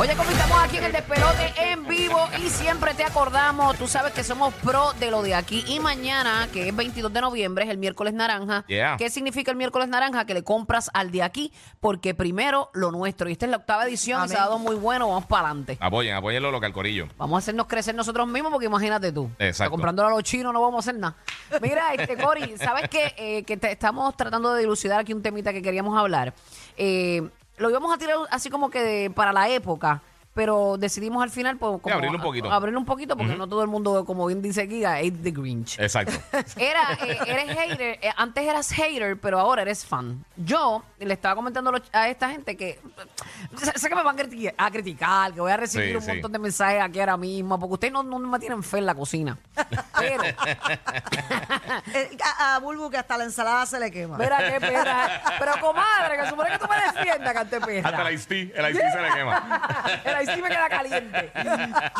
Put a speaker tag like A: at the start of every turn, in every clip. A: Oye, como estamos aquí en el despelote en vivo y siempre te acordamos, tú sabes que somos pro de lo de aquí y mañana, que es 22 de noviembre, es el miércoles naranja.
B: Yeah.
A: ¿Qué significa el miércoles naranja? Que le compras al de aquí, porque primero lo nuestro. Y esta es la octava edición y se ha dado muy bueno, vamos para adelante.
B: Apoyen, apoyen lo local, Corillo.
A: Vamos a hacernos crecer nosotros mismos, porque imagínate tú.
B: Exacto.
A: Comprándolo a los chinos no vamos a hacer nada. Mira, este Cori, ¿sabes qué? Eh, que te- estamos tratando de dilucidar aquí un temita que queríamos hablar. Eh, lo íbamos a tirar así como que de- para la época, pero decidimos al final pues, como
B: abrirlo un poquito.
A: a- abrirlo un poquito, porque no todo el mundo, como bien dice Giga, ate the Grinch.
B: Exacto.
A: Era, eh, eres hater, eh, antes eras hater, pero ahora eres fan. Yo le estaba comentando a los- a esta gente que sé, sé que me van a criticar, a criticar, que voy a recibir
B: Sí,
A: un
B: sí.
A: montón de mensajes aquí ahora mismo, porque ustedes no, no me tienen fe en la cocina. Pero,
C: Eh, a, a Bulbu que hasta la ensalada se le quema.
A: mira qué perra. Pero comadre, que supone que tú me defiendas, cante perra.
B: Hasta el ICT, el ICT se le quema.
A: El ice tea me queda caliente.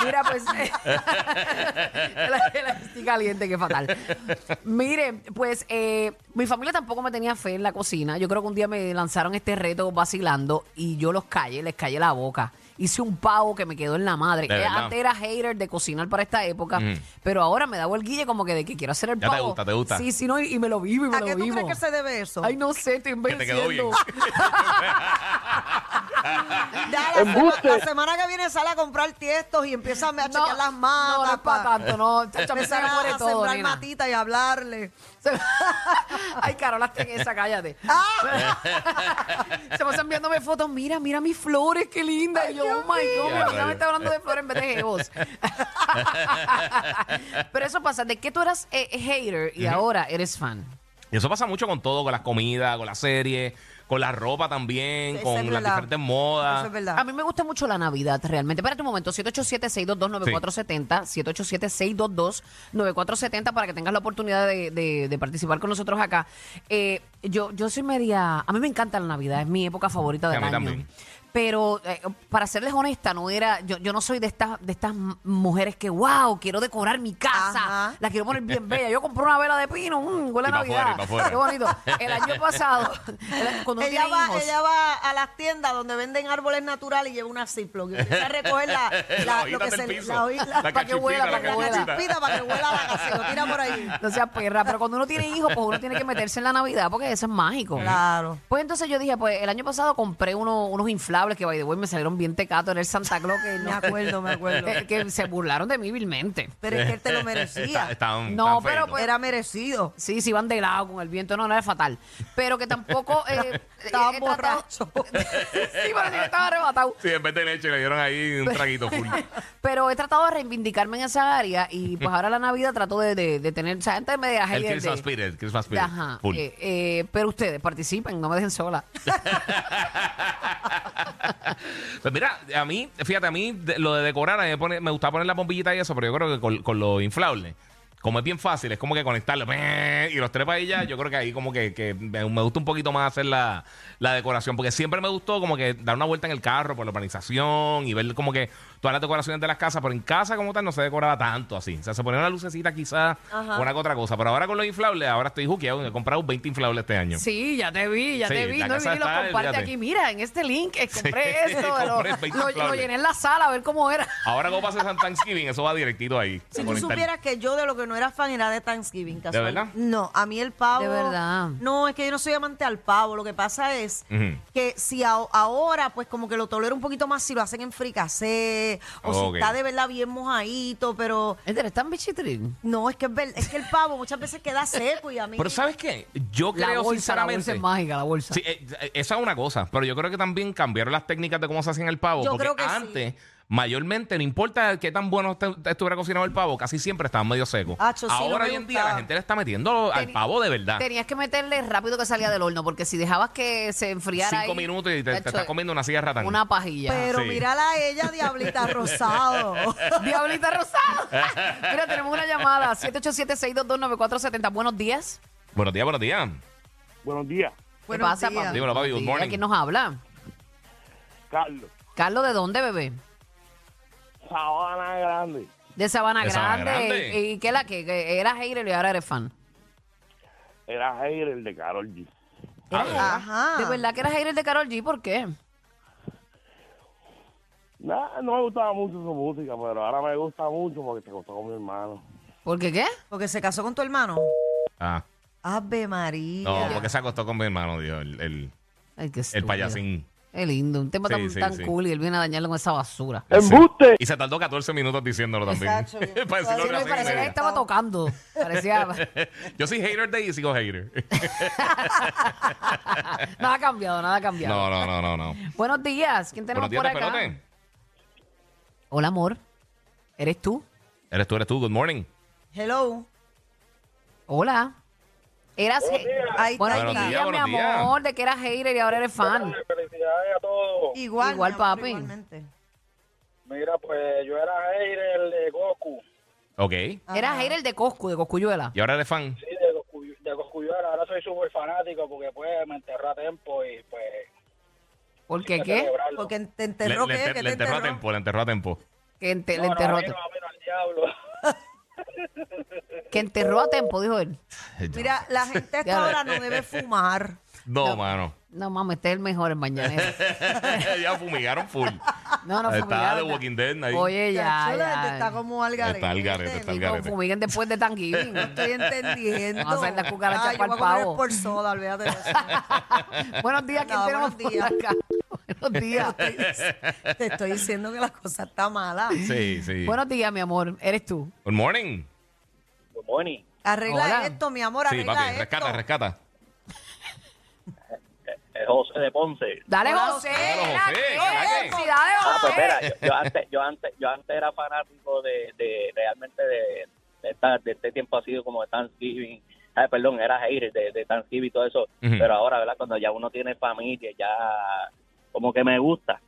A: Mira, pues. el el ice tea caliente, qué fatal. Miren, pues eh, mi familia tampoco me tenía fe en la cocina. Yo creo que un día me lanzaron este reto vacilando y yo los callé, les callé la boca. Hice un pavo que me quedó en la madre.
B: De
A: Eh,
B: verdad. Mm.
A: Antes era hater de cocinar para esta época, pero ahora me da el guille como que de que quiero hacer el
B: Ya te
A: pavo.
B: gusta, te gusta.
A: Sí, sí, no, y y me lo vivo y me
C: ¿A
A: lo
C: qué tú
A: vivo.
C: crees que se debe eso?
A: Ay, no sé, estoy
B: Que te quedó bien.
A: envejeciendo.
C: Ya la, sema- la semana que viene sale a comprar tiestos y empieza a me- a chequear las matas.
A: No, no es para tanto, no. Chacho, a mí se
C: Empezar
A: me muere
C: a, a
A: todo,
C: sembrar
A: nena.
C: matitas y hablarle.
A: Se- Ay, Carola, ten esa, cállate.
C: Ah.
A: Se pasan viéndome fotos. Mira, mira mis flores, qué linda. y yo, oh my God,
B: mío.
A: mi amiga me está hablando de flores en vez de jevos. Pero eso pasa, de que tú eras eh, hater y ahora eres fan.
B: Y eso pasa mucho con todo, con las comidas, con las series, con la ropa también,
C: Esa
B: con
C: es
B: las
C: verdad.
B: diferentes
C: Eso es
B: modas.
C: verdad.
A: A mí me gusta mucho la Navidad, realmente. Espérate un momento, 787-622-9470, 787-622-9470, para que tengas la oportunidad de, de- de participar con nosotros acá. Eh, yo, yo soy media... A mí me encanta la Navidad, es mi época favorita
B: Sí,
A: del
B: a mí
A: año.
B: también.
A: Pero eh, para serles honesta, no era... Yo, yo no soy de estas de estas m- mujeres que, wow, quiero decorar mi casa,
C: Ajá.
A: la quiero poner bien bella. Yo compré una vela de pino, mm, huele a
B: Y pa'
A: Navidad.
B: afuera, y pa'
A: Qué bonito. El año pasado, el- cuando uno
C: Ella
A: tiene
C: va,
A: hijos-
C: ella va a las tiendas donde venden árboles naturales y lleva una Ziploc. Y empieza a recoger la,
B: Las
C: la- lo
B: hojitas
C: que
B: del
C: se
B: piso.
C: la hojita-
B: La
C: para que
B: cachipita,
C: huela,
A: la
C: para que huela.
B: cachipita.
C: Cachipita, para que huela la casa. Lo tira por ahí.
A: No seas perra, pero cuando uno tiene hijos, pues uno tiene que meterse en la Navidad porque eso es mágico.
C: Claro.
A: Pues entonces yo dije, pues el año pasado compré uno- unos inflables que, by the way, me salieron bien tecatos en el Santa Claus que,
C: Me
A: no-
C: acuerdo, me acuerdo.
A: que, que se burlaron de mí vilmente.
C: Pero es que él te lo merecía.
B: Está- están-
A: No,
B: están
A: pero
B: feitos.
A: pues-
C: Era merecido.
A: Sí, sí, iban de lado con el viento, no, no era fatal. Pero que tampoco... Eh,
C: Estaba
A: eh, he tratado-
C: borracho.
A: sí, pero sí que estaba arrebatado.
B: Sí, en vez de leche le dieron ahí un traguito full.
A: Pero he tratado de reivindicarme en esa área y pues ahora la Navidad trato de, de, de tener... O sea, antes me dejé
B: el
A: de-
B: Christmas
A: de-
B: Spirit, el Christmas Spirit.
A: Ajá.
B: Full.
A: eh, eh, pero ustedes participen, no me dejen sola.
B: Pues mira, a mí, fíjate, a mí de- lo de decorar, a mí me, pone- me gusta poner la bombillita y eso, pero yo creo que con, con lo inflable, como es bien fácil, es como que conectarlo ¡meh! y los tres ahí ya, yo creo que ahí como que, que me, me gusta un poquito más hacer la, la decoración, porque siempre me gustó como que dar una vuelta en el carro por la urbanización y ver como que todas las decoraciones de las casas, pero en casa como tal no se decoraba tanto así. O sea, se ponía una lucecita quizás, o una que otra cosa, pero ahora con los inflables, ahora estoy juqueado, he comprado 20 inflables este año.
A: Sí, ya te vi, ya
B: Sí,
A: te vi.
B: la
A: No, y
B: casa
A: Viri lo
B: está,
A: comparte
B: olvídate.
A: aquí. Mira, en este link eh, compré
B: Sí,
A: esto, lo-
B: compré 20
A: lo, lo
B: inflables.
A: llené en la sala a ver cómo era.
B: Ahora como pasa San Thanksgiving, eso va directito ahí.
C: Si tú
B: conectar.
C: supieras que yo de lo que no era fan era de Thanksgiving, casual.
B: verdad?
C: No, a mí el pavo.
A: De verdad.
C: No, es que yo no soy amante al pavo. Lo que pasa es
B: Ujú.
C: que si a- ahora, pues como que lo tolero un poquito más si lo hacen en fricasé o
B: Ok.
C: si está de verdad bien mojadito, pero.
A: Este eres tan bichitrín.
C: No, es que es, ver- es que el pavo muchas veces queda seco y a mí.
B: Pero ¿sabes qué? Yo
A: La bolsa, la
B: creo
A: bolsa
B: sinceramente...
A: es mágica, la bolsa.
B: Sí, eh, eh, esa es una cosa, pero yo creo que también cambiaron las técnicas de cómo se hacían el pavo.
C: Yo
B: porque
C: creo que sí.
B: antes mayormente, no importa qué tan bueno est- estuviera cocinado el pavo, casi siempre estaba medio seco.
C: Acho, sí, no
B: Ahora
C: me
B: hoy en día
C: gustaba.
B: la gente le está metiendo al
A: Teni-
B: pavo de verdad.
A: Tenías que meterle rápido que salía del horno, porque si dejabas que se enfriara.
B: Cinco
A: ahí,
B: minutos y te, te
A: hecho,
B: estás comiendo una silla de ratán.
A: Una pajilla.
C: Pero
B: Sí.
C: mírala a ella, diablita rosado.
A: Diablita Rosado. Mira, tenemos una llamada. 787-622-9470. Buenos días.
B: Buenos días, buenos días.
D: Buenos días,
A: ¿Qué
C: Buenos
A: pasa,
C: días.
A: papi?
B: Dímelo, papi,
A: Buenos
B: good
A: días.
B: morning.
A: ¿Quién nos habla?
D: Carlos.
A: Carlos, ¿de dónde, bebé?
D: Sabana Grande.
A: De Sabana
B: De Sabana
A: Grande.
B: Grande.
A: ¿Y, y qué la que? que Eras hater y ahora eres fan.
D: Era hater el de Carol G.
B: Ah,
C: Ajá.
A: ¿De verdad que eras hater de Carol G? ¿Por qué?
D: Nah, no me gustaba mucho su música, pero ahora me gusta mucho porque se costó con mi hermano.
A: ¿Por qué qué?
C: Porque se casó con tu hermano.
B: Ah,
C: Ave María.
B: no, porque se acostó con mi hermano, Dios, el, el,
A: Ay, qué
B: el
A: estúpido.
B: payasín.
A: Qué lindo. Un tema
B: Sí,
A: tan,
B: sí,
A: tan
B: sí.
A: cool y él viene a dañarlo con esa basura.
D: ¡Embuste!
B: Y se tardó 14 minutos diciéndolo también.
C: Exacto, bien.
B: Para
A: Sí,
B: decirlo
C: Sí, no,
B: otra
A: me
B: vez y
A: parecía que
B: media.
A: estaba tocando. Parecía.
B: Yo soy hater de y sigo hater.
A: nada ha cambiado, nada ha cambiado.
B: No, no, no, no, no.
A: Buenos días. ¿Quién tenemos
B: Buenos días,
A: por acá?
B: pelote.
A: Hola, amor. ¿Eres tú?
B: Eres tú, eres tú. Good morning.
C: Hello.
A: Hola. Eras
C: Ahí
A: Bueno,
C: está.
B: Buenos
A: días,
B: días,
A: mi
B: buenos días.
A: amor, de que eras hater y ahora eres fan.
D: Felicidades a todos.
C: Igual,
A: Igual,
C: mi amor,
A: papi.
C: igualmente.
D: Mira, pues yo era hater de Goku,
B: Ok.
A: Eras hater de Coscu, de Coscuyuela.
B: Y ahora eres fan.
D: sí, de Goku, de Goku Yara. Ahora soy súper fanático porque pues me enterré a tiempo y pues...
A: ¿Por qué
D: hay que
A: qué?
D: celebrarlo.
C: Porque te
B: Le,
C: enterró
B: le
C: que
B: enter-
C: que
B: le
C: te
B: enterró a
C: enterró.
B: tiempo, le enterró a tiempo.
A: Que ente- le
D: No, no,
A: enterró. a
D: a mí no, a mí no, al diablo.
A: tem- Que enterró a tiempo, dijo él.
C: Mira, la gente hasta ahora no debe fumar.
B: No, mano.
A: No mames, este es el mejor en mañanero.
B: ya fumigaron full.
A: No, no,
B: Está
A: fumigaron.
B: The Walking Dead ahí.
A: Oye, ya,
C: Chacho, la gente
A: ya.
C: este está como al garete.
B: Está al garete, está al
C: ¿entiendes?
A: No,
B: garete.
A: fumiguen después de Thanksgiving. Este,
C: No estoy entendiendo.
A: Vamos a hacer la cucaracha
C: Ay, yo
A: pa'l
C: voy a comer
A: pavo.
C: por soda, olvídate de eso.
A: buenos días, ¿quién
C: No,
A: tenemos
C: buenos
A: por acá? Buenos días.
C: Te estoy diciendo que la cosa está mala.
B: Sí, sí.
A: buenos días, mi amor. Eres tú.
B: Good morning.
D: Good morning.
C: Arregla
A: Hola.
C: esto, mi amor,
B: Sí,
C: arregla
B: papi,
C: esto.
B: rescata, rescata.
D: Eh, José de Ponce.
A: Dale,
C: Hola,
A: José.
C: José.
B: Hola, José,
A: ¿qué?
B: ¿qué?
A: Felicidades,
D: Ah, pues
A: José.
D: mira, yo, yo antes, yo, antes, yo antes era fanático de, de realmente de, de esta- de este tiempo ha sido como de Thanksgiving. Ay, perdón, era hater de, de Thanksgiving y todo eso.
B: Ujú.
D: Pero ahora, ¿verdad? Cuando ya uno tiene familia, ya como que me gusta.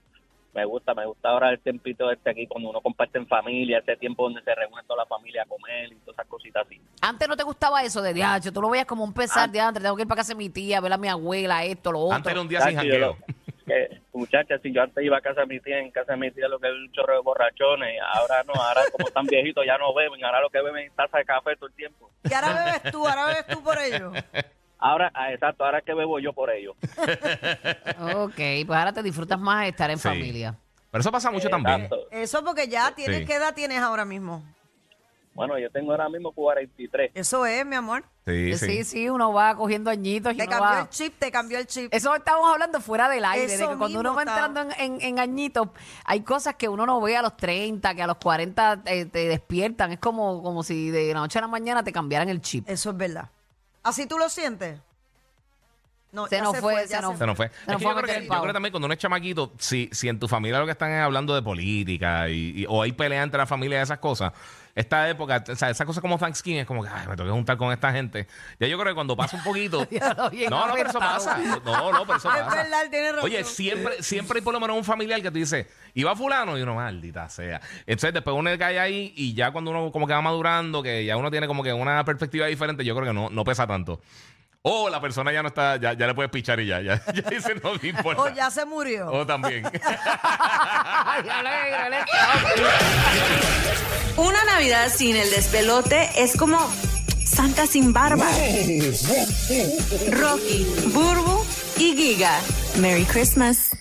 D: Me gusta, me gusta ahora el tiempito este aquí, cuando uno comparte en familia, este tiempo donde se reúne toda la familia a comer y todas esas cositas así.
A: Antes no te gustaba eso de diacho, tú lo veías como un pesar de antes, tengo que ir para casa de mi tía, ver a mi abuela, esto, lo otro.
B: Antes era un día sin
D: Chacho, yo lo-
B: jangueo.
D: que, muchachas, si yo antes iba a casa de mi tía, en casa de mi tía lo que era un chorro de borrachones, ahora no, ahora como están viejitos ya no beben, ahora lo que beben es taza de café todo el tiempo.
C: Y ahora bebes tú, ahora bebes tú por ello.
D: Ahora, ah, exacto, ahora es que bebo yo por ellos.
A: Ok, pues ahora te disfrutas más de estar en
B: Sí.
A: familia.
B: Pero eso pasa mucho también.
D: Exacto.
C: Eso porque ya tienes,
B: Sí.
C: ¿qué edad tienes ahora mismo?
D: Bueno, yo tengo ahora mismo 43.
C: Eso es, mi amor.
B: Sí,
A: Sí, sí,
B: sí.
A: uno va cogiendo añitos y
C: Te
A: uno
C: cambió
A: va...
C: el chip, te cambió el chip.
A: Eso estamos hablando fuera del aire, de
C: Eso
A: que cuando
C: mismo
A: uno va
C: estaba-
A: entrando en, en- en añitos, hay cosas que uno no ve a los 30, que a los 40 te, te despiertan. Es como, como si de la noche a la mañana te cambiaran el chip.
C: Eso es verdad. ¿Así tú lo sientes? No,
A: Se
C: ya
A: nos fue, se
C: ya
A: nos
B: Se nos fue.
A: Se
B: Es
A: nos
B: que
A: fue a
B: yo, creo
A: meter
B: que,
A: el
B: yo
A: pavo.
B: creo también cuando uno es chamaquito, si, si en tu familia lo que están es hablando de política y, y- o hay pelea entre la familia y esas cosas, esta época, o sea, esas cosas como Thanksgiving es como que ay, me tengo que juntar con esta gente. Ya yo creo que cuando pasa un poquito.
A: Ya lo vi
B: no, no, pero eso
A: afectado.
B: pasa. No, no, pero eso
C: Ah, Es
B: pasa.
C: verdad, él tiene razón.
B: Oye, siempre, siempre hay por lo menos un familiar que te dice, iba fulano y uno, maldita sea. Entonces después uno cae ahí y ya cuando uno como que va madurando, que ya uno tiene como que una perspectiva diferente, yo creo que no, no pesa tanto. O la persona ya no está, ya, ya le puedes pichar y ya, ya, ya dice, no me importa.
C: O Oh, ya se murió.
B: O también.
A: Ay, ya lo vi, ya lo vi.
E: Una Navidad sin el despelote es como Santa sin barba. Rocky, Burbu y Giga. Merry Christmas.